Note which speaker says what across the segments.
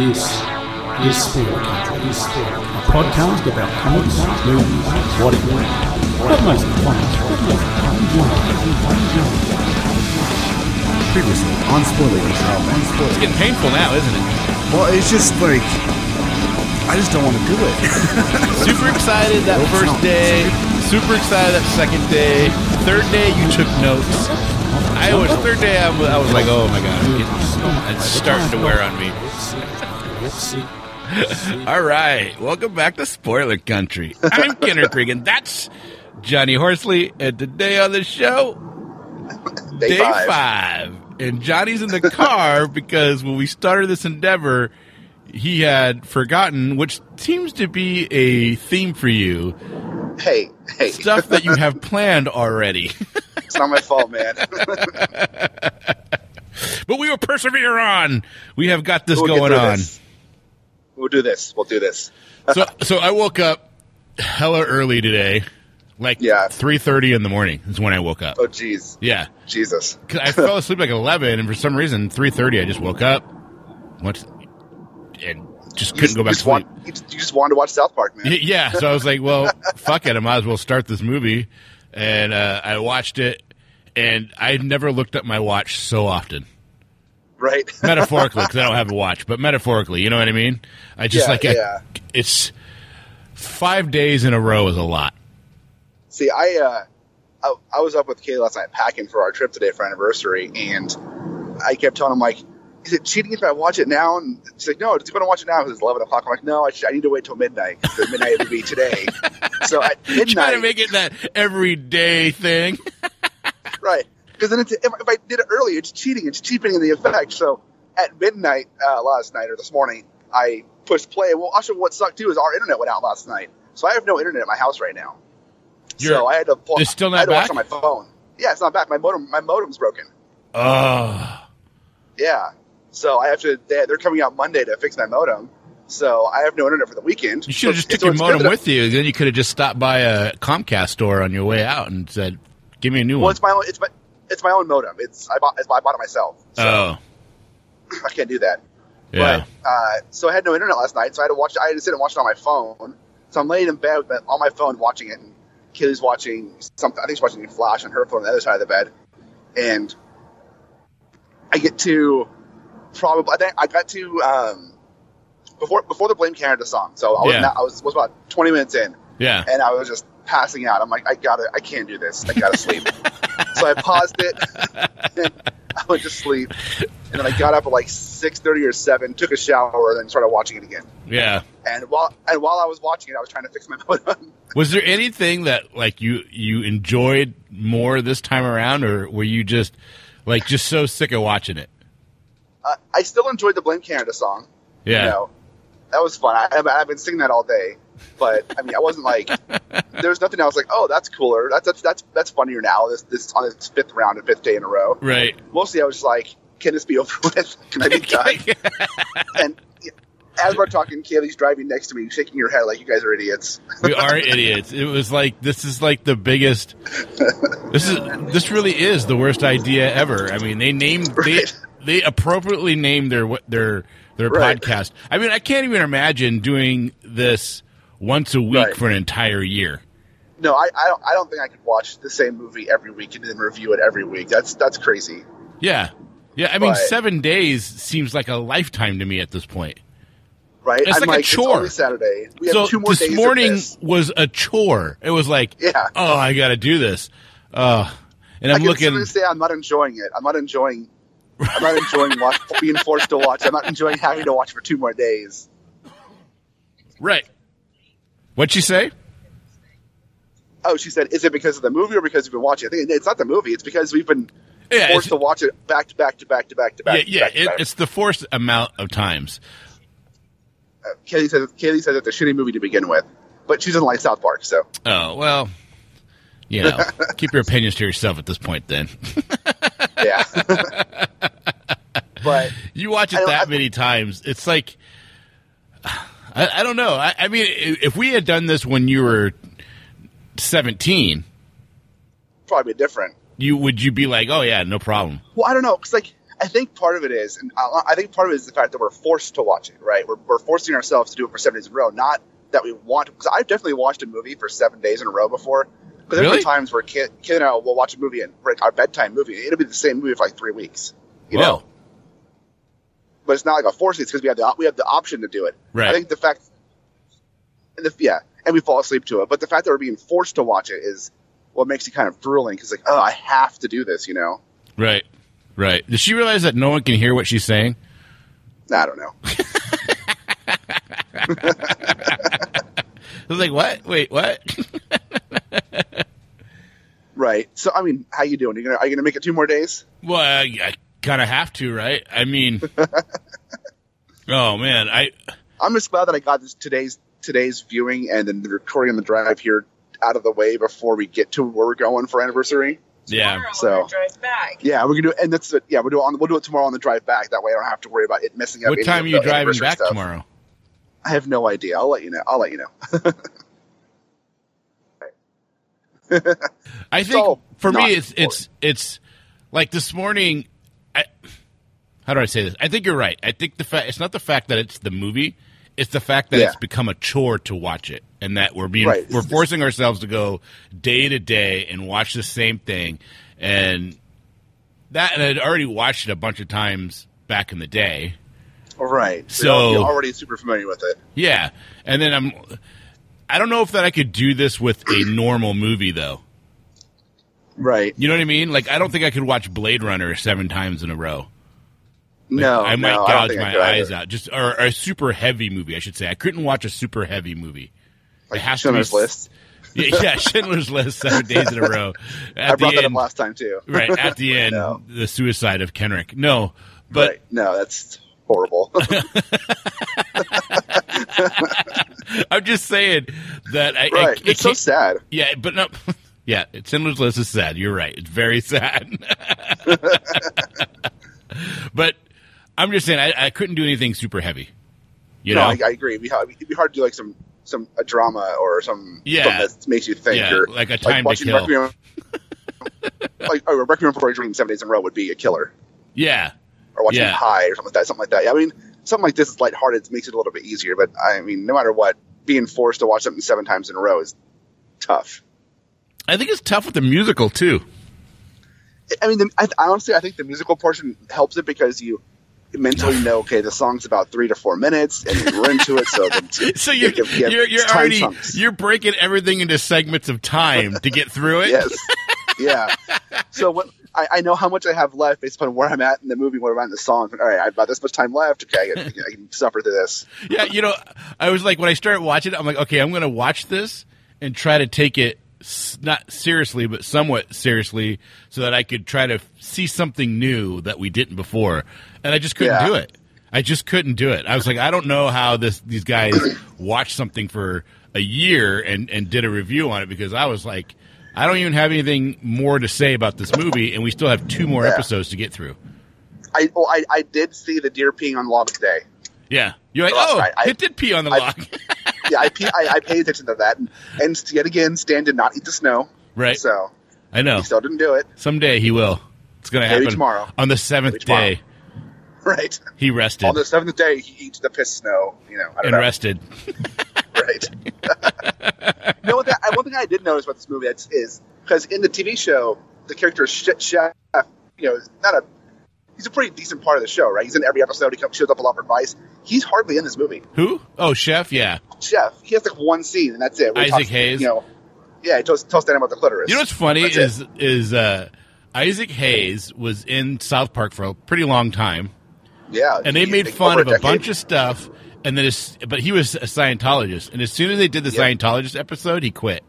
Speaker 1: This is Spoiler Country. Is Spoiler Country. A podcast about comics, movies, what it was, but mostly comics. But mostly comics. One genre, one genre.
Speaker 2: Previously on Spoiler Control, man. Spoiler.
Speaker 3: It's getting painful now, isn't it?
Speaker 2: Well, it's just like I just don't want to do it.
Speaker 3: Super excited that first day. Super excited that second day. Third day, you took notes. I was third day. I was, I was like, oh my god, I'm getting- it's starting to wear on me. All right, welcome back to Spoiler Country. I'm Kenner Cregan. That's Johnny Horsley, and today on the show,
Speaker 4: Day,
Speaker 3: day
Speaker 4: five.
Speaker 3: five. And Johnny's in the car because when we started this endeavor, he had forgotten, which seems to be a theme for you
Speaker 4: Hey, hey,
Speaker 3: stuff that you have planned already.
Speaker 4: it's not my fault, man.
Speaker 3: but we will persevere on. We have got this
Speaker 4: We'll get
Speaker 3: going
Speaker 4: through
Speaker 3: on.
Speaker 4: this. We'll do this. We'll do this.
Speaker 3: so, so I woke up hella early today, like
Speaker 4: Yeah.
Speaker 3: three thirty in the morning is when I woke up.
Speaker 4: Oh, jeez.
Speaker 3: Yeah,
Speaker 4: Jesus.
Speaker 3: 'Cause I fell asleep like eleven, and for some reason three thirty I just woke up. What? And just
Speaker 4: You
Speaker 3: couldn't go back to
Speaker 4: just
Speaker 3: sleep.
Speaker 4: want, you just- you just wanted to watch South Park, man.
Speaker 3: Y- Yeah, so I was like, well, fuck it, I might as well start this movie, and uh, I watched it, and I never looked at my watch so often.
Speaker 4: Right?
Speaker 3: metaphorically because I don't have a watch, but metaphorically, you know what I mean. I just
Speaker 4: Yeah,
Speaker 3: like I-
Speaker 4: yeah.
Speaker 3: it's five days in a row is a lot.
Speaker 4: See, I, uh, I I was up with Kay last night packing for our trip today for anniversary, and I kept telling him like, "Is it cheating if I watch it now?" And she's like, "No, just gonna watch it now because it's eleven o'clock." I'm like, "No, I, sh- I need to wait till midnight. 'cause midnight would be today." So at
Speaker 3: Trying to
Speaker 4: midnight,
Speaker 3: make it that everyday thing.
Speaker 4: Right. Because then it's, if, if I did it early, it's cheating. It's cheapening the effect. So at midnight uh, last night or this morning, I pushed play. Well, also what sucked too is our internet went out last night, so I have no internet at my house right now.
Speaker 3: You're-
Speaker 4: so I had to pull.
Speaker 3: it's still not
Speaker 4: I had to
Speaker 3: back?
Speaker 4: watch on my phone. Yeah, it's not back. My modem, my modem's broken.
Speaker 3: Oh,
Speaker 4: Yeah. So I have to. They, they're coming out Monday to fix my modem. So I have no internet for the weekend.
Speaker 3: you should have
Speaker 4: So
Speaker 3: just
Speaker 4: it's-
Speaker 3: took your
Speaker 4: it's good
Speaker 3: modem
Speaker 4: that-
Speaker 3: with you. Then you could have just stopped by a Comcast store on your way out and said, "Give me a new
Speaker 4: Well,
Speaker 3: one."
Speaker 4: it's my own. It's my. It's my own modem. It's I bought. It's, I bought it myself. So
Speaker 3: oh,
Speaker 4: I can't do that.
Speaker 3: yeah.
Speaker 4: But, uh, so I had no internet last night, so I had to watch. I had to sit and watch it on my phone. So I'm laying in bed with my, on my phone watching it, and Kaylee's watching something. I think she's watching Flash on her phone on the other side of the bed, and I get to probably. I think I got to um, before before the Blame Canada song. So I was
Speaker 3: Yeah.
Speaker 4: not, I was was about 20 minutes in,
Speaker 3: yeah.
Speaker 4: and I was just passing out. I'm like, I gotta, I can't do this. I gotta sleep. so I paused it. and I went to sleep, and then I got up at like six thirty or seven, took a shower, and then started watching it again.
Speaker 3: Yeah.
Speaker 4: And while and while I was watching it, I was trying to fix my modem.
Speaker 3: Was there anything that like you you enjoyed more this time around, or were you just like just so sick of watching it?
Speaker 4: Uh, I still enjoyed the Blame Canada song.
Speaker 3: Yeah.
Speaker 4: You know, that was fun. I, I've- I've been singing that all day, but I mean, I wasn't like there was nothing. I was like, oh, that's cooler. That's that's that's that's funnier now. This this on this fifth round, and fifth day in a row.
Speaker 3: Right.
Speaker 4: mostly I was like, can this be over with? Can I be done? and as we're talking, Kaylee's driving next to me, shaking her head like you guys are idiots.
Speaker 3: we are idiots. It was like this is like the biggest. This is this really is the worst idea ever. I mean, they named they
Speaker 4: Right.
Speaker 3: they appropriately named their what- their their
Speaker 4: Right.
Speaker 3: podcast. I mean, I can't even imagine doing this once a week
Speaker 4: Right.
Speaker 3: for an entire year.
Speaker 4: No, I, I don't. I don't think I could watch the same movie every week and then review it every week. That's that's crazy.
Speaker 3: Yeah, yeah. I mean,
Speaker 4: Right.
Speaker 3: seven days seems like a lifetime to me at this point.
Speaker 4: Right?
Speaker 3: It's
Speaker 4: I'm
Speaker 3: like a
Speaker 4: It's
Speaker 3: chore.
Speaker 4: only Saturday. We have
Speaker 3: so
Speaker 4: two more
Speaker 3: this
Speaker 4: days. of
Speaker 3: morning
Speaker 4: this.
Speaker 3: was a chore. It was like,
Speaker 4: Yeah.
Speaker 3: oh, I got to do this. Uh, and
Speaker 4: I
Speaker 3: I'm
Speaker 4: can
Speaker 3: looking.
Speaker 4: literally say I'm not enjoying it. I'm not enjoying. I'm not enjoying watch, being forced to watch. I'm not enjoying having to watch for two more days.
Speaker 3: Right. What'd you say?
Speaker 4: Oh, she said, is it because of the movie or because you've been watching? I think it's not the movie. It's because we've been
Speaker 3: Yeah,
Speaker 4: forced
Speaker 3: it's-
Speaker 4: to watch it back to back to back to back to
Speaker 3: yeah,
Speaker 4: back. to
Speaker 3: yeah.
Speaker 4: back to
Speaker 3: It,
Speaker 4: back.
Speaker 3: it's the forced amount of times.
Speaker 4: Uh, Kaylee says Kaylee says it's a shitty movie to begin with, but she doesn't like South Park, so
Speaker 3: Oh well, you know, keep your opinions to yourself at this point. Then
Speaker 4: yeah. but
Speaker 3: you watch
Speaker 4: I
Speaker 3: it
Speaker 4: don't-
Speaker 3: that
Speaker 4: I-
Speaker 3: many times, it's like I, I don't know. I, I mean, i- if we had done this when you were seventeen,
Speaker 4: probably different.
Speaker 3: you would you be like, oh yeah, no problem.
Speaker 4: Well, I don't know, 'cause, like I think part of it is, and I, I think part of it is the fact that we're forced to watch it, right? We're, we're forcing ourselves to do it for seven days in a row, not that we want. Because I've definitely watched a movie for seven days in a row before. Because there have
Speaker 3: Really?
Speaker 4: been times where kid, kid and I will watch a movie and like our bedtime movie. It'll be the same movie for like three weeks, you know.
Speaker 3: Whoa.
Speaker 4: But it's not like a forcing. It's because we have the op- we have the option to do it.
Speaker 3: Right.
Speaker 4: I think the fact, and the, yeah, and we fall asleep to it. But the fact that we're being forced to watch it is what makes it kind of drooling. Because like, oh, I have to do this, you know.
Speaker 3: Right. Right. Does she realize that no one can hear what she's saying?
Speaker 4: I don't know.
Speaker 3: I was like, what? Wait, what?
Speaker 4: Right. So I mean, how you doing? You gonna are you gonna make it two more days?
Speaker 3: Well, I, I kind of have to, right? I mean, oh man, I
Speaker 4: I'm just glad that I got this today's today's viewing and then the recording on the drive here out of the way before we get to where we're going for anniversary.
Speaker 3: yeah,
Speaker 4: So-
Speaker 5: So drive back.
Speaker 4: Yeah, we're gonna do and that's it. Yeah, we'll do it on we'll do it tomorrow on the drive back. That way, I don't have to worry about it messing up.
Speaker 3: What
Speaker 4: any
Speaker 3: time
Speaker 4: of
Speaker 3: are you
Speaker 4: the
Speaker 3: driving
Speaker 4: anniversary
Speaker 3: back
Speaker 4: stuff.
Speaker 3: tomorrow?
Speaker 4: I have no idea. I'll let you know. I'll let you know.
Speaker 3: I think
Speaker 4: So,
Speaker 3: for
Speaker 4: not
Speaker 3: me, it's it's it's like this morning. I how do I say this? I think you're right. I think the fact it's not the fact that it's the movie; it's the fact that
Speaker 4: Yeah.
Speaker 3: it's become a chore to watch it, and that we're being
Speaker 4: Right.
Speaker 3: we're forcing ourselves to go day to day and watch the same thing, and that and I'd already watched it a bunch of times back in the day.
Speaker 4: All right.
Speaker 3: So-
Speaker 4: you're already super familiar with it.
Speaker 3: Yeah, and then I'm. I don't know if that I could do this with a normal movie though.
Speaker 4: Right.
Speaker 3: You know what I mean? Like I don't think I could watch Blade Runner seven times in a row. Like,
Speaker 4: no,
Speaker 3: I might
Speaker 4: no, I don't
Speaker 3: gouge
Speaker 4: think I
Speaker 3: my
Speaker 4: could either.
Speaker 3: eyes out. Just or, or a super heavy movie, I should say. I couldn't watch a super heavy movie.
Speaker 4: Like
Speaker 3: it has
Speaker 4: Schindler's
Speaker 3: to be,
Speaker 4: List.
Speaker 3: Yeah, yeah, Schindler's List seven days in a row. At
Speaker 4: I brought
Speaker 3: the
Speaker 4: that
Speaker 3: end,
Speaker 4: up last time too.
Speaker 3: right at the end,
Speaker 4: No.
Speaker 3: the suicide of Kenrick. No, but
Speaker 4: Right. no, that's horrible.
Speaker 3: I'm just saying that I, I-
Speaker 4: right.
Speaker 3: I
Speaker 4: It's so
Speaker 3: can't-
Speaker 4: sad.
Speaker 3: Yeah, but no. Yeah, Schindler's List is sad. You're right. It's very sad. but I'm just saying, I, I couldn't do anything super heavy. You
Speaker 4: no,
Speaker 3: know?
Speaker 4: I, I agree. It'd be, hard, it'd be hard to do like some some a drama or some
Speaker 3: Yeah.
Speaker 4: something that makes you think.
Speaker 3: Yeah,
Speaker 4: or,
Speaker 3: like a Time to
Speaker 4: watching
Speaker 3: Kill.
Speaker 4: Requiem, like oh, Requiem for a Dream seven days in a row would be a killer,
Speaker 3: yeah.
Speaker 4: or watching
Speaker 3: Yeah.
Speaker 4: High or something like that. Something like that. Yeah, I mean, something like this is lighthearted. It makes it a little bit easier. But I mean, no matter what, being forced to watch something seven times in a row is tough.
Speaker 3: I think it's tough with the musical, too.
Speaker 4: I mean, the, I, honestly, I think the musical portion helps it because you mentally know, okay, the song's about three to four minutes, and we're into it. So, the,
Speaker 3: So you're,
Speaker 4: yeah, yeah,
Speaker 3: you're, you're
Speaker 4: it's time
Speaker 3: already
Speaker 4: chunks.
Speaker 3: you're breaking everything into segments of time to get through it.
Speaker 4: yes, yeah. So what I, I know how much I have left based upon where I'm at in the movie, where I'm at in the song. All right, I've got this much time left. Okay, I can, I can suffer through this.
Speaker 3: Yeah, you know, I was like when I started watching it, I'm like, okay, I'm going to watch this and try to take it s- not seriously, but somewhat seriously, so that I could try to see something new that we didn't before, and I just couldn't
Speaker 4: Yeah.
Speaker 3: do it. I just couldn't do it. I was like, I don't know how this these guys watched something for a year and and did a review on it because I was like, I don't even have anything more to say about this movie, and we still have two more
Speaker 4: Yeah.
Speaker 3: episodes to get through.
Speaker 4: I, well, I I did see the deer peeing on the log today.
Speaker 3: Yeah, you're like,
Speaker 4: Well,
Speaker 3: oh,
Speaker 4: I- I-
Speaker 3: it did pee on the
Speaker 4: I-
Speaker 3: log,
Speaker 4: Yeah, I, pe- I I paid attention to that, and, and yet again, Stan did not eat the snow.
Speaker 3: right?
Speaker 4: So
Speaker 3: I know.
Speaker 4: he still didn't do it.
Speaker 3: Someday he will. It's going to
Speaker 4: Maybe
Speaker 3: happen
Speaker 4: tomorrow.
Speaker 3: On the seventh
Speaker 4: Maybe tomorrow.
Speaker 3: day,
Speaker 4: Right.
Speaker 3: he rested
Speaker 4: On the seventh day, he eats the piss snow. You know, I don't
Speaker 3: and
Speaker 4: know.
Speaker 3: rested.
Speaker 4: right? you know what? That, one thing I did notice about this movie is- is because in the TV show, the character Sh- Chef, you know, is not a he's a pretty decent part of the show, right? He's in every episode. He comes, shows up a lot for advice. He's hardly in this movie.
Speaker 3: Who? Oh, chef. Yeah.
Speaker 4: Chef, he has like one scene, and that's it. where he
Speaker 3: Isaac Hayes.
Speaker 4: You know, yeah, he tells, tells Dan about the clitoris.
Speaker 3: You know what's funny
Speaker 4: That's it.
Speaker 3: is is uh, Isaac Hayes was in South Park for a pretty long time,
Speaker 4: yeah,
Speaker 3: and they
Speaker 4: geez,
Speaker 3: made
Speaker 4: like,
Speaker 3: fun
Speaker 4: over
Speaker 3: of a
Speaker 4: decade.
Speaker 3: bunch of stuff. And then, as, but he was a Scientologist, and as soon as they did the
Speaker 4: Yeah.
Speaker 3: Scientologist episode, he quit.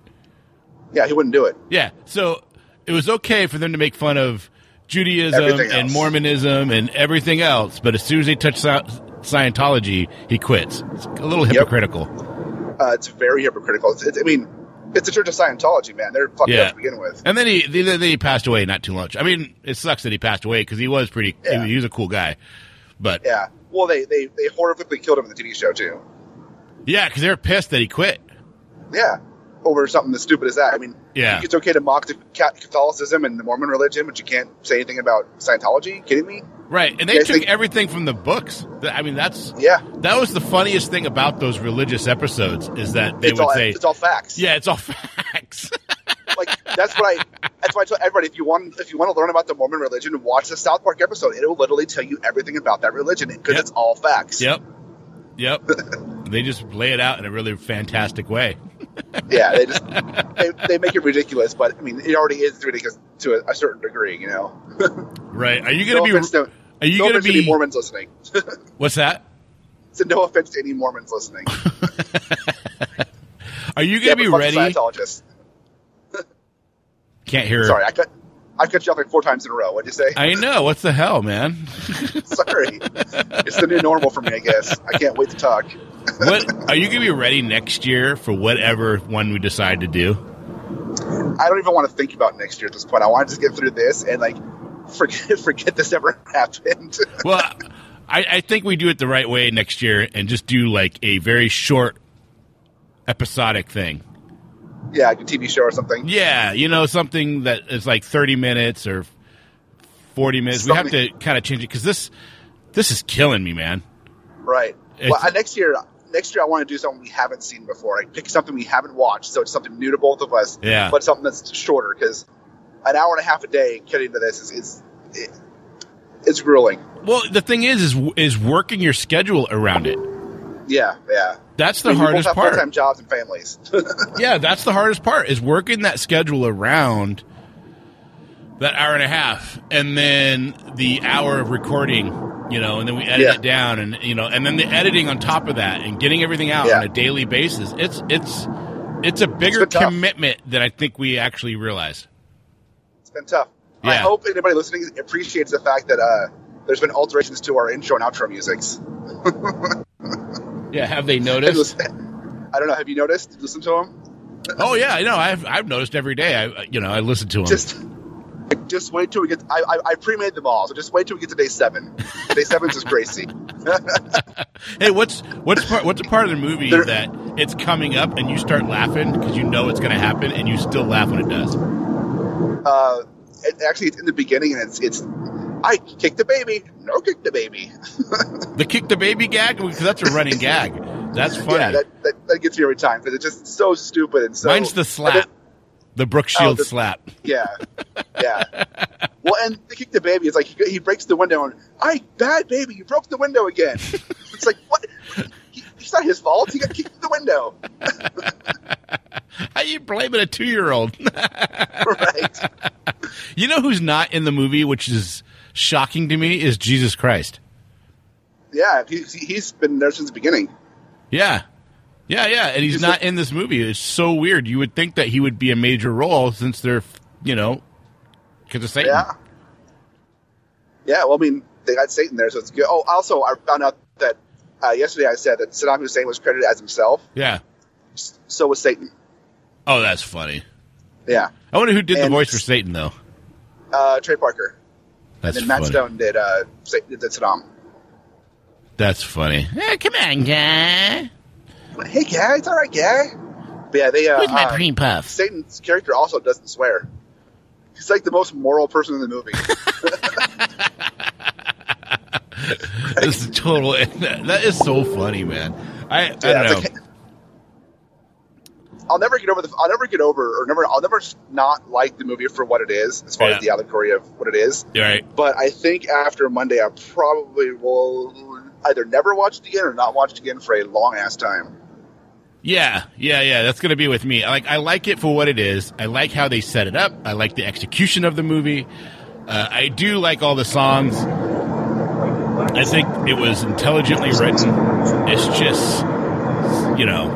Speaker 4: Yeah, he wouldn't do it.
Speaker 3: Yeah. So it was okay for them to make fun of Judaism
Speaker 4: Everything
Speaker 3: and
Speaker 4: else.
Speaker 3: Mormonism and everything else, but as soon as they touch Sci- Scientology, he quits. It's a little hypocritical.
Speaker 4: Uh, it's very hypocritical. It's, it's, I mean, it's the Church of Scientology, man. They're fucking
Speaker 3: Yeah.
Speaker 4: up to begin with.
Speaker 3: And then he then he passed away not too long. I mean, it sucks that he passed away because he was pretty.
Speaker 4: Yeah.
Speaker 3: He, was a cool guy, but yeah,
Speaker 4: Yeah. Well, they, they they horrifically killed him in the TV show too.
Speaker 3: because they were pissed that he quit.
Speaker 4: Yeah, over something as stupid as that. I mean,
Speaker 3: Yeah.
Speaker 4: it's okay to mock the Ca- Catholicism and the Mormon religion, but you can't say anything about Scientology. Kidding me?
Speaker 3: Right, and they
Speaker 4: Yeah, I
Speaker 3: took
Speaker 4: think-
Speaker 3: everything from the books. Th- I mean, that's
Speaker 4: Yeah.
Speaker 3: That was the funniest thing about those religious episodes is that they
Speaker 4: it's
Speaker 3: would
Speaker 4: all
Speaker 3: say,
Speaker 4: it's all facts.
Speaker 3: "Yeah, it's all facts."
Speaker 4: like that's what I that's why I tell everybody if you want if you want to learn about the Mormon religion, watch the South Park episode. It will literally tell you everything about that religion because
Speaker 3: Yep.
Speaker 4: it's all facts.
Speaker 3: yep, yep. they just lay it out in a really fantastic way.
Speaker 4: Yeah, they just they, they make it ridiculous, but I mean it already is ridiculous to a, a certain degree, you know.
Speaker 3: Right? Are you
Speaker 4: No
Speaker 3: going to
Speaker 4: offense
Speaker 3: be?
Speaker 4: to,
Speaker 3: Are you
Speaker 4: no
Speaker 3: going
Speaker 4: offense
Speaker 3: to
Speaker 4: to any
Speaker 3: be?
Speaker 4: Mormons listening.
Speaker 3: What's that?
Speaker 4: so no offense to any Mormons listening.
Speaker 3: Are you
Speaker 4: Yeah,
Speaker 3: going
Speaker 4: but
Speaker 3: to be
Speaker 4: fuck
Speaker 3: ready?
Speaker 4: Scientologists.
Speaker 3: Can't hear.
Speaker 4: Sorry, I cut I cut you off like four times in a row. What'd you say?
Speaker 3: I know. What's the hell, man?
Speaker 4: Sorry, it's the new normal for me, I guess. I can't wait to talk.
Speaker 3: What are you going to be ready next year for whatever one we decide to do?
Speaker 4: I don't even want to think about next year at this point. I want to just get through this and like forget forget this ever happened.
Speaker 3: Well, I, I think we do it the right way next year and just do like a very short episodic thing.
Speaker 4: yeah, like a TV show or something.
Speaker 3: Yeah, you know, something that is like 30 minutes or 40 minutes. We have
Speaker 4: Something-
Speaker 3: to kind of change it because this this is killing me, man.
Speaker 4: Right.
Speaker 3: It's-
Speaker 4: well, uh, next year, next year I want to do something we haven't seen before. Like pick something we haven't watched, so it's something new to both of us.
Speaker 3: Yeah.
Speaker 4: But something that's shorter because an hour and a half a day getting to this is is it, it's grueling.
Speaker 3: Well, the thing is, is is working your schedule around it.
Speaker 4: Yeah, yeah.
Speaker 3: That's the
Speaker 4: I mean, we both
Speaker 3: hardest
Speaker 4: have
Speaker 3: part.
Speaker 4: Full-time jobs and families.
Speaker 3: Yeah, that's the hardest part is working that schedule around that hour and a half, and then the hour of recording. You know, and then we edit
Speaker 4: Yeah.
Speaker 3: it down, and you know, and then the editing on top of that, and getting everything out
Speaker 4: Yeah.
Speaker 3: on a daily basis. It's it's it's a bigger
Speaker 4: been tough.
Speaker 3: commitment than I think we actually realize.
Speaker 4: it's been tough. I
Speaker 3: Yeah.
Speaker 4: hope anybody listening appreciates the fact that uh, there's been alterations to our intro and outro musics.
Speaker 3: Yeah, have they
Speaker 4: Have you
Speaker 3: noticed?
Speaker 4: listen- I don't know. Have you noticed? Did you Listen to them.
Speaker 3: oh yeah, I know. I've I've noticed every day. I you know I listen to them.
Speaker 4: Just, just wait till we get. I, I, I pre-made them all, so just wait till we get to day seven. day seven's is crazy.
Speaker 3: hey, what's what's part what's a part of the movie
Speaker 4: There-
Speaker 3: that it's coming up and you start laughing because you know it's going to happen and you still laugh when it does.
Speaker 4: Uh, it, actually, it's in the beginning, and it's it's. I kick the baby. No, kick the baby.
Speaker 3: The kick the baby gag because that's a running gag. That's funny.
Speaker 4: Yeah, that, that, that gets me every time because it's just so stupid and so.
Speaker 3: Mine's the
Speaker 4: and
Speaker 3: slap,
Speaker 4: then-
Speaker 3: the Brooke
Speaker 4: Oh,
Speaker 3: Shields
Speaker 4: the-
Speaker 3: slap.
Speaker 4: yeah, yeah. Well, and the kick the baby is like he, he breaks the window and I bad baby, you broke the window again. it's like what? He, it's not his fault. He got kicked through the window.
Speaker 3: How you blaming a two year old?
Speaker 4: right.
Speaker 3: you know who's not in the movie, which is shocking to me, is Jesus Christ.
Speaker 4: Yeah, he's, he's been there since the beginning.
Speaker 3: Yeah, yeah, yeah, and he's,
Speaker 4: He's
Speaker 3: not in this movie. It's so weird. You would think that he would be a major role since they're, you know, because of Satan.
Speaker 4: Yeah. Yeah, well, I mean, they got Satan there, so it's good. Oh, also, I found out that uh, yesterday I said that Saddam Hussein was credited as himself.
Speaker 3: Yeah.
Speaker 4: S- So was Satan.
Speaker 3: Oh, that's funny.
Speaker 4: Yeah.
Speaker 3: I wonder who did the
Speaker 4: And-
Speaker 3: voice for Satan though.
Speaker 4: Uh, Trey Parker.
Speaker 3: That's
Speaker 4: and then Matt
Speaker 3: funny.
Speaker 4: Stone did, uh, Sa- did Saddam.
Speaker 3: That's funny. Eh, come on, guy.
Speaker 4: But, hey, guy, it's all right, guy. But yeah, they. Uh,
Speaker 3: Who's my
Speaker 4: uh,
Speaker 3: cream puff?
Speaker 4: Satan's character also doesn't swear. He's like the most moral person in the movie.
Speaker 3: This is total. That is so funny, man. I, I
Speaker 4: Yeah, it's
Speaker 3: don't know.
Speaker 4: like- I'll never get over the. I'll never get over, or never. I'll never not like the movie for what it is, as far
Speaker 3: Yeah.
Speaker 4: as the allegory of what it is.
Speaker 3: All right.
Speaker 4: But I think after Monday, I probably will either never watch it again or not watch it again for a long ass time.
Speaker 3: Yeah, yeah, yeah. That's gonna be with me. I Like, I like it for what it is. I like how they set it up. I like the execution of the movie. Uh, I do like all the songs. I think it was intelligently written. It's just, you know,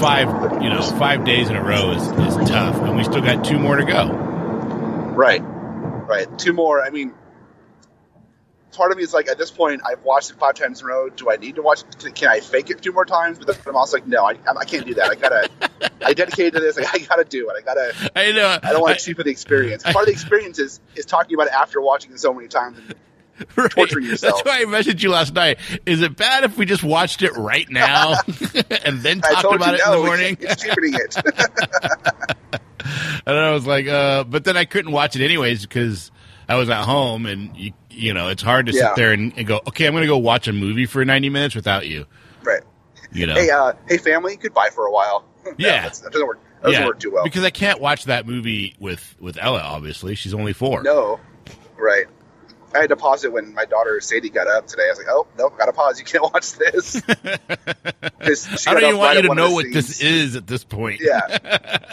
Speaker 3: five, you know, five days in a row is, is tough, and we still got two more to go.
Speaker 4: Right. Right. Two more. I mean, part of me is like, at this point, I've watched it five times in a row. Do I need to watch it? Can- Can I fake it two more times? But then I'm also like, no, I, I can't do that. I gotta. I dedicated to this. I gotta do it. I gotta.
Speaker 3: I know.
Speaker 4: I don't want to cheapen the experience. Part of the experience is is talking about it after watching it so many times.
Speaker 3: Right.
Speaker 4: torturing yourself.
Speaker 3: That's why I messaged you last night. Is it bad if we just watched it right now and then
Speaker 4: I
Speaker 3: talked
Speaker 4: told
Speaker 3: about
Speaker 4: you
Speaker 3: it in the
Speaker 4: no. it's-
Speaker 3: morning?
Speaker 4: It's cheapening it.
Speaker 3: And I was like, uh, but then I couldn't watch it anyways because I was at home and you, you know, it's hard to
Speaker 4: Yeah.
Speaker 3: sit there and, and go, okay, I'm going to go watch a movie for 90 minutes without you.
Speaker 4: Right.
Speaker 3: You know,
Speaker 4: Hey, uh, hey, family, goodbye for a while. No,
Speaker 3: Yeah.
Speaker 4: that's, that doesn't work. That doesn't work too well.
Speaker 3: because I can't watch that movie with with Ella. Obviously, she's only four.
Speaker 4: No, right. I had to pause it when my daughter Sadie got up today. I was like, "Oh no, gotta pause. You can't watch this." 'Cause she
Speaker 3: I don't
Speaker 4: got
Speaker 3: even want
Speaker 4: up right
Speaker 3: you
Speaker 4: at
Speaker 3: to
Speaker 4: one of
Speaker 3: know
Speaker 4: the
Speaker 3: what this
Speaker 4: scenes.
Speaker 3: is at this point.
Speaker 4: Yeah.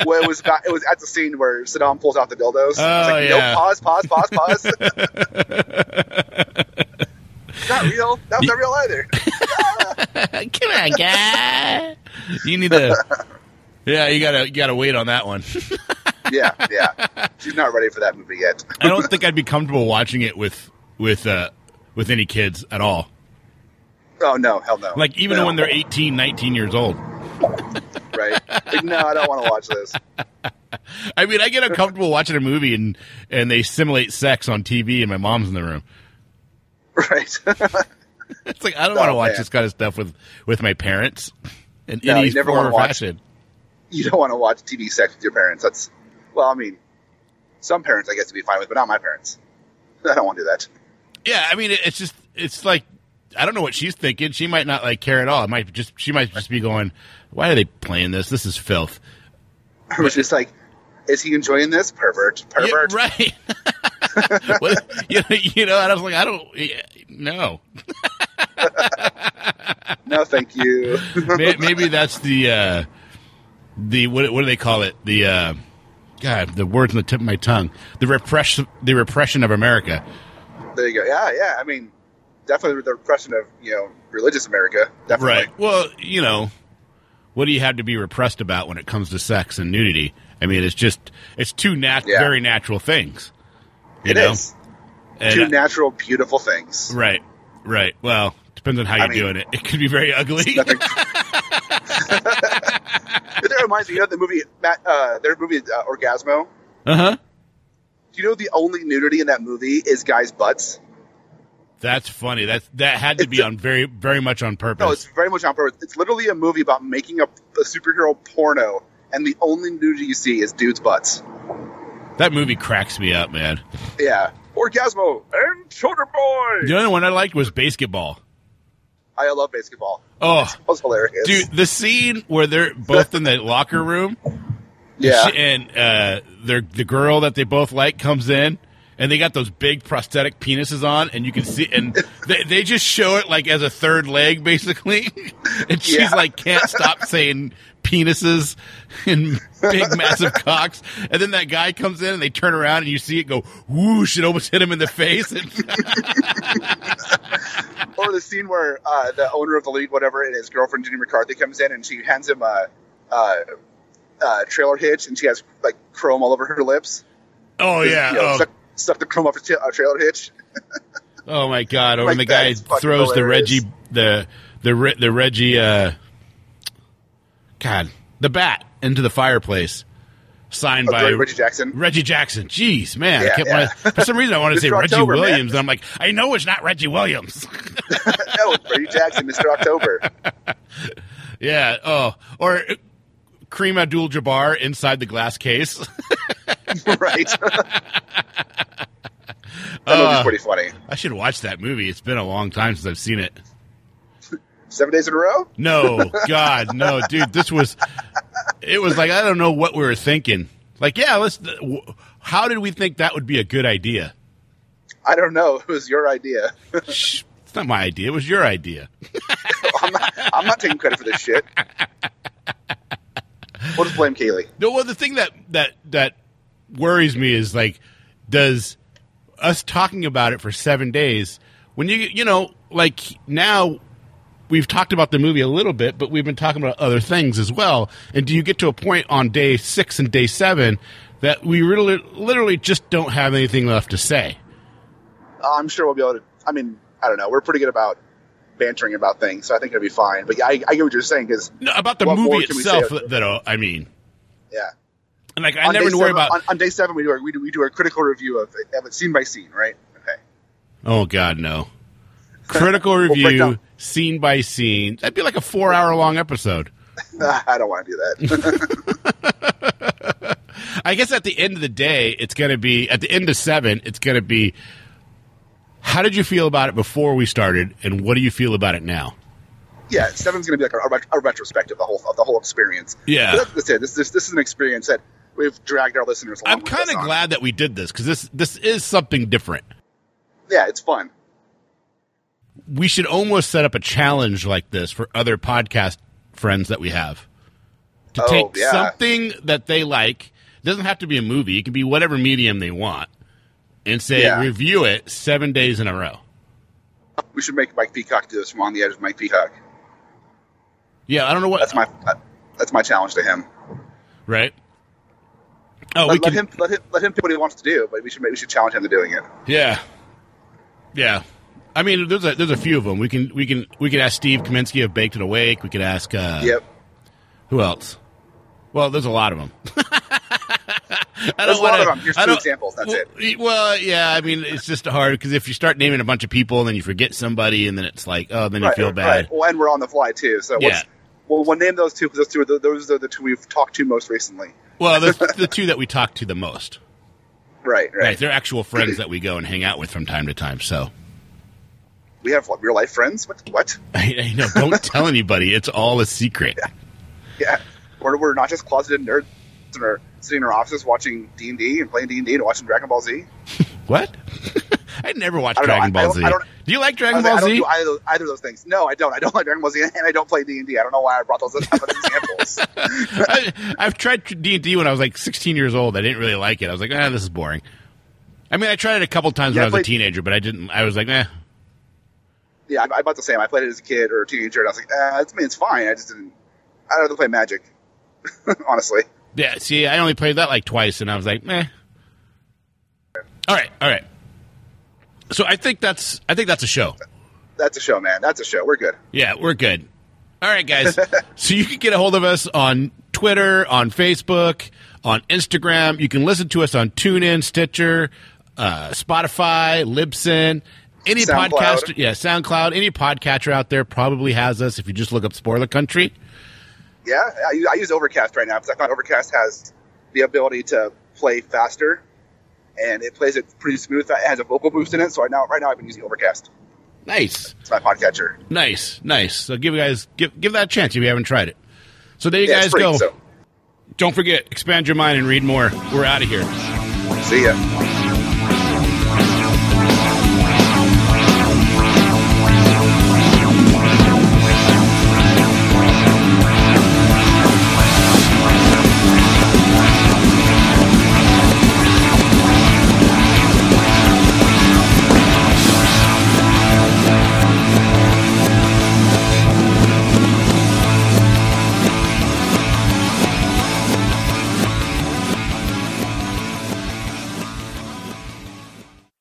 Speaker 4: Well, it was about, it was at the scene where Saddam pulls out the dildos. I was
Speaker 3: Oh,
Speaker 4: like,
Speaker 3: yeah.
Speaker 4: "Nope, pause, pause, pause, pause." not real. That was not real either.
Speaker 3: Come on, guy. you need to. Yeah, you gotta you gotta wait on that one.
Speaker 4: Yeah, yeah. She's not ready for that movie yet.
Speaker 3: I don't think I'd be comfortable watching it with with uh with any kids at all.
Speaker 4: Oh no, hell no.
Speaker 3: Like even
Speaker 4: No,
Speaker 3: when they're 18, 19 years old.
Speaker 4: right. Like, no, I don't want to watch this.
Speaker 3: I mean, I get uncomfortable watching a movie and and they simulate sex on TV and my mom's in the room.
Speaker 4: Right.
Speaker 3: It's like I don't
Speaker 4: Oh,
Speaker 3: want to watch
Speaker 4: man.
Speaker 3: this kind of stuff with with my parents in
Speaker 4: No,
Speaker 3: any
Speaker 4: you never
Speaker 3: form
Speaker 4: wanna
Speaker 3: or
Speaker 4: watch-
Speaker 3: fashion.
Speaker 4: you don't want to watch TV sex with your parents. That's well, I mean, some parents I guess to be fine with, but not my parents. I don't want to do that.
Speaker 3: Yeah, I mean, it, it's just it's like I don't know what she's thinking. She might not like care at all. It might just she might just be going, "Why are they playing this? This is filth."
Speaker 4: I was just like, is he enjoying this? Pervert, pervert.
Speaker 3: Yeah, right. What- you, know, you know, and I was like, I don't, yeah, no.
Speaker 4: No, thank you.
Speaker 3: May- Maybe that's the, uh, the, what, what do they call it? The, uh, God, the words on the tip of my tongue. The repression, the repression of America.
Speaker 4: there you go. Yeah, yeah. I mean, definitely the repression of you know religious America. Definitely.
Speaker 3: Well, you know, what do you have to be repressed about when it comes to sex and nudity? I mean, it's just, it's two nat-
Speaker 4: Yeah.
Speaker 3: very natural things. You
Speaker 4: It
Speaker 3: know?
Speaker 4: is.
Speaker 3: And,
Speaker 4: two
Speaker 3: uh,
Speaker 4: natural, beautiful things.
Speaker 3: right, right. Well, depends on how you're
Speaker 4: mean-
Speaker 3: doing it. It could be very ugly.
Speaker 4: That reminds me, you know the movie, Matt, uh, their movie uh, Orgasmo.
Speaker 3: uh huh.
Speaker 4: Do you know the only nudity in that movie is guys' butts?
Speaker 3: That's funny. That that had to be on very very much on purpose.
Speaker 4: No, it's very much on purpose. It's literally a movie about making a, a superhero porno, and the only nudity you see is dudes' butts.
Speaker 3: that movie cracks me up, man.
Speaker 4: Yeah. Orgasmo and Children Boy!
Speaker 3: The only one I liked was Basketball.
Speaker 4: I love basketball.
Speaker 3: Oh,
Speaker 4: That was hilarious.
Speaker 3: dude, the scene where they're both in the locker room
Speaker 4: yeah.
Speaker 3: she- and uh, their the girl that they both like comes in. And they got those big prosthetic penises on, and you can see, and they, they just show it like as a third leg, basically. And she's
Speaker 4: Yeah.
Speaker 3: like, can't stop saying penises and big, massive cocks. And then that guy comes in, and they turn around, and you see it go whoosh. It almost hit him in the face. And
Speaker 4: Or the scene where uh, the owner of the league, whatever, and his girlfriend, Jenny McCarthy, comes in and she hands him a, a, a trailer hitch, and she has like chrome all over her lips.
Speaker 3: Oh yeah.
Speaker 4: You know,
Speaker 3: oh,
Speaker 4: stuck, stuck the chrome off a, t- a trailer hitch.
Speaker 3: oh, my god. Or when
Speaker 4: Like
Speaker 3: the
Speaker 4: that
Speaker 3: guy
Speaker 4: is fucking
Speaker 3: throws the
Speaker 4: hilarious.
Speaker 3: Reggie the the Re- the Reggie uh God the bat into the fireplace, signed
Speaker 4: Oh,
Speaker 3: by
Speaker 4: Reggie Jackson.
Speaker 3: Reggie Jackson. Jeez, man. I
Speaker 4: Yeah,
Speaker 3: kept
Speaker 4: yeah.
Speaker 3: wanting- for some reason I wanted to say
Speaker 4: Mr.
Speaker 3: Reggie
Speaker 4: October, man.
Speaker 3: Williams, and I'm like, I know it's not Reggie Williams.
Speaker 4: no, Reggie Jackson, Mr. October.
Speaker 3: yeah. Oh, or. uh, Kareem Abdul-Jabbar inside the glass case.
Speaker 4: right? that
Speaker 3: Uh,
Speaker 4: movie's pretty funny.
Speaker 3: I should watch that movie. It's been a long time since I've seen it.
Speaker 4: Seven days in a row?
Speaker 3: No, God, no, dude. This was. It was like I don't know what we were thinking. Like, yeah, let's. w- How did we think that would be a good idea?
Speaker 4: I don't know. It was your idea.
Speaker 3: Shh, it's not my idea. It was your idea.
Speaker 4: I'm, not, I'm not taking credit for this shit. We'll just blame Kaylee.
Speaker 3: No, well, the thing that that that worries me is like, does us talking about it for seven days when you you know like now we've talked about the movie a little bit, but we've been talking about other things as well. And do you get to a point on day six and day seven that we really literally just don't have anything left to say?
Speaker 4: I'm sure we'll be able to. I mean, I don't know. We're pretty good about bantering about things, so I think it'll be fine. But yeah, I, I get what you're saying because
Speaker 3: No, about the
Speaker 4: What more
Speaker 3: movie
Speaker 4: can we
Speaker 3: itself,
Speaker 4: say about
Speaker 3: though. I mean,
Speaker 4: yeah,
Speaker 3: and like I
Speaker 4: On
Speaker 3: never
Speaker 4: day
Speaker 3: worry
Speaker 4: seven-
Speaker 3: about.
Speaker 4: on, on day seven we do our we do, we do our critical review of it, of it scene by scene, right? Okay,
Speaker 3: oh God, no! Critical
Speaker 4: break
Speaker 3: review,
Speaker 4: down.
Speaker 3: scene by scene. That'd be like a four-hour-long episode. Hmm.
Speaker 4: I don't want to do that.
Speaker 3: I guess at the end of the day, it's going to be at the end of seven. It's going to be How did you feel about it before we started, and what do you feel about it now?
Speaker 4: yeah, seven's going to be like a, a, ret- a retrospective of the whole of the whole experience.
Speaker 3: Yeah.
Speaker 4: But that's, that's it. This, this this is an experience that we've dragged our listeners. along
Speaker 3: I'm
Speaker 4: with
Speaker 3: kind
Speaker 4: us
Speaker 3: of
Speaker 4: on.
Speaker 3: glad that we did this because this this is something different.
Speaker 4: Yeah, it's fun.
Speaker 3: We should almost set up a challenge like this for other podcast friends that we have to
Speaker 4: Oh,
Speaker 3: take
Speaker 4: yeah.
Speaker 3: something that they like. It doesn't have to be a movie; it can be whatever medium they want, and say
Speaker 4: Yeah.
Speaker 3: review it seven days in a row.
Speaker 4: We should make Mike Peacock do this from on the edge of Mike Peacock.
Speaker 3: Yeah, I don't know what
Speaker 4: That's my uh, that's my challenge to him.
Speaker 3: right. Oh,
Speaker 4: Let,
Speaker 3: we
Speaker 4: let
Speaker 3: can.
Speaker 4: him let him let him pick what he wants to do, but we should make- we should challenge him to doing it.
Speaker 3: Yeah, yeah. I mean, there's a there's a few of them. We can we can we can ask Steve Kaminsky of Baked and Awake. We could ask. Uh,
Speaker 4: yep.
Speaker 3: Who else? Well, there's a lot of them. I
Speaker 4: There's a lot
Speaker 3: wanna-
Speaker 4: of them. Here's
Speaker 3: I
Speaker 4: two
Speaker 3: don't-
Speaker 4: examples. That's
Speaker 3: well, it. Well, yeah. I mean, it's just hard because if you start naming a bunch of people and then you forget somebody and then it's like, oh, then you feel bad.
Speaker 4: Well, and we're on the fly too. So
Speaker 3: Yeah.
Speaker 4: what's, well, we'll name those two because those two are the, those are the two we've talked to most recently.
Speaker 3: Well, there's the two that we talk to the most.
Speaker 4: Right. Right.
Speaker 3: Right. They're actual friends that we go and hang out with from time to time. So
Speaker 4: We have what, real life friends. What? What?
Speaker 3: I, I know. Don't tell anybody. It's all a secret.
Speaker 4: Yeah, we're, we're not just closeted nerds and are sitting in our offices watching D and D and playing D and D and watching Dragon Ball Z.
Speaker 3: What? I never watched
Speaker 4: I don't know.
Speaker 3: Dragon
Speaker 4: I- I
Speaker 3: Ball
Speaker 4: don't-
Speaker 3: Z.
Speaker 4: I don't-
Speaker 3: do you like
Speaker 4: I
Speaker 3: Dragon
Speaker 4: was like,
Speaker 3: Ball
Speaker 4: I don't
Speaker 3: Z?
Speaker 4: do either, either of those things. No, I don't. I don't like Dragon Ball Z, and I don't play D and D. I don't know why I brought those up as examples.
Speaker 3: I, I've tried D and D when I was like 16 years old. I didn't really like it. I was like, ah, this is boring. I mean, I tried it a couple times
Speaker 4: Yeah,
Speaker 3: when I was
Speaker 4: but-
Speaker 3: a teenager, but I didn't. I was like, eh.
Speaker 4: yeah, I, I bought the same. I played it as a kid or a teenager, and I was like, uh, it's, I mean, it's fine. I just didn't. I'd rather play Magic, honestly.
Speaker 3: Yeah, see, I only played that like twice, and I was like, meh. All right, all right. So I think that's I think that's a show.
Speaker 4: That's a show, man. That's a show. We're good.
Speaker 3: Yeah, we're good. All right, guys. so you can get a hold of us on Twitter, on Facebook, on Instagram. You can listen to us on TuneIn, Stitcher, uh, Spotify, Libsyn, any
Speaker 4: SoundCloud.
Speaker 3: podcast. Yeah, SoundCloud. Any podcatcher out there probably has us if you just look up Spoiler Country.
Speaker 4: Yeah, I, use- I use Overcast right now because I found Overcast has the ability to play faster, and it plays it pretty smooth. It has a vocal boost in it, so right now, right now I've been using Overcast.
Speaker 3: Nice,
Speaker 4: It's my podcatcher.
Speaker 3: nice, nice. So give you guys give give that a chance if you haven't tried it. So there you
Speaker 4: Yeah,
Speaker 3: guys
Speaker 4: it's free,
Speaker 3: go.
Speaker 4: So
Speaker 3: Don't forget, expand your mind and read more. We're out of here.
Speaker 4: see ya.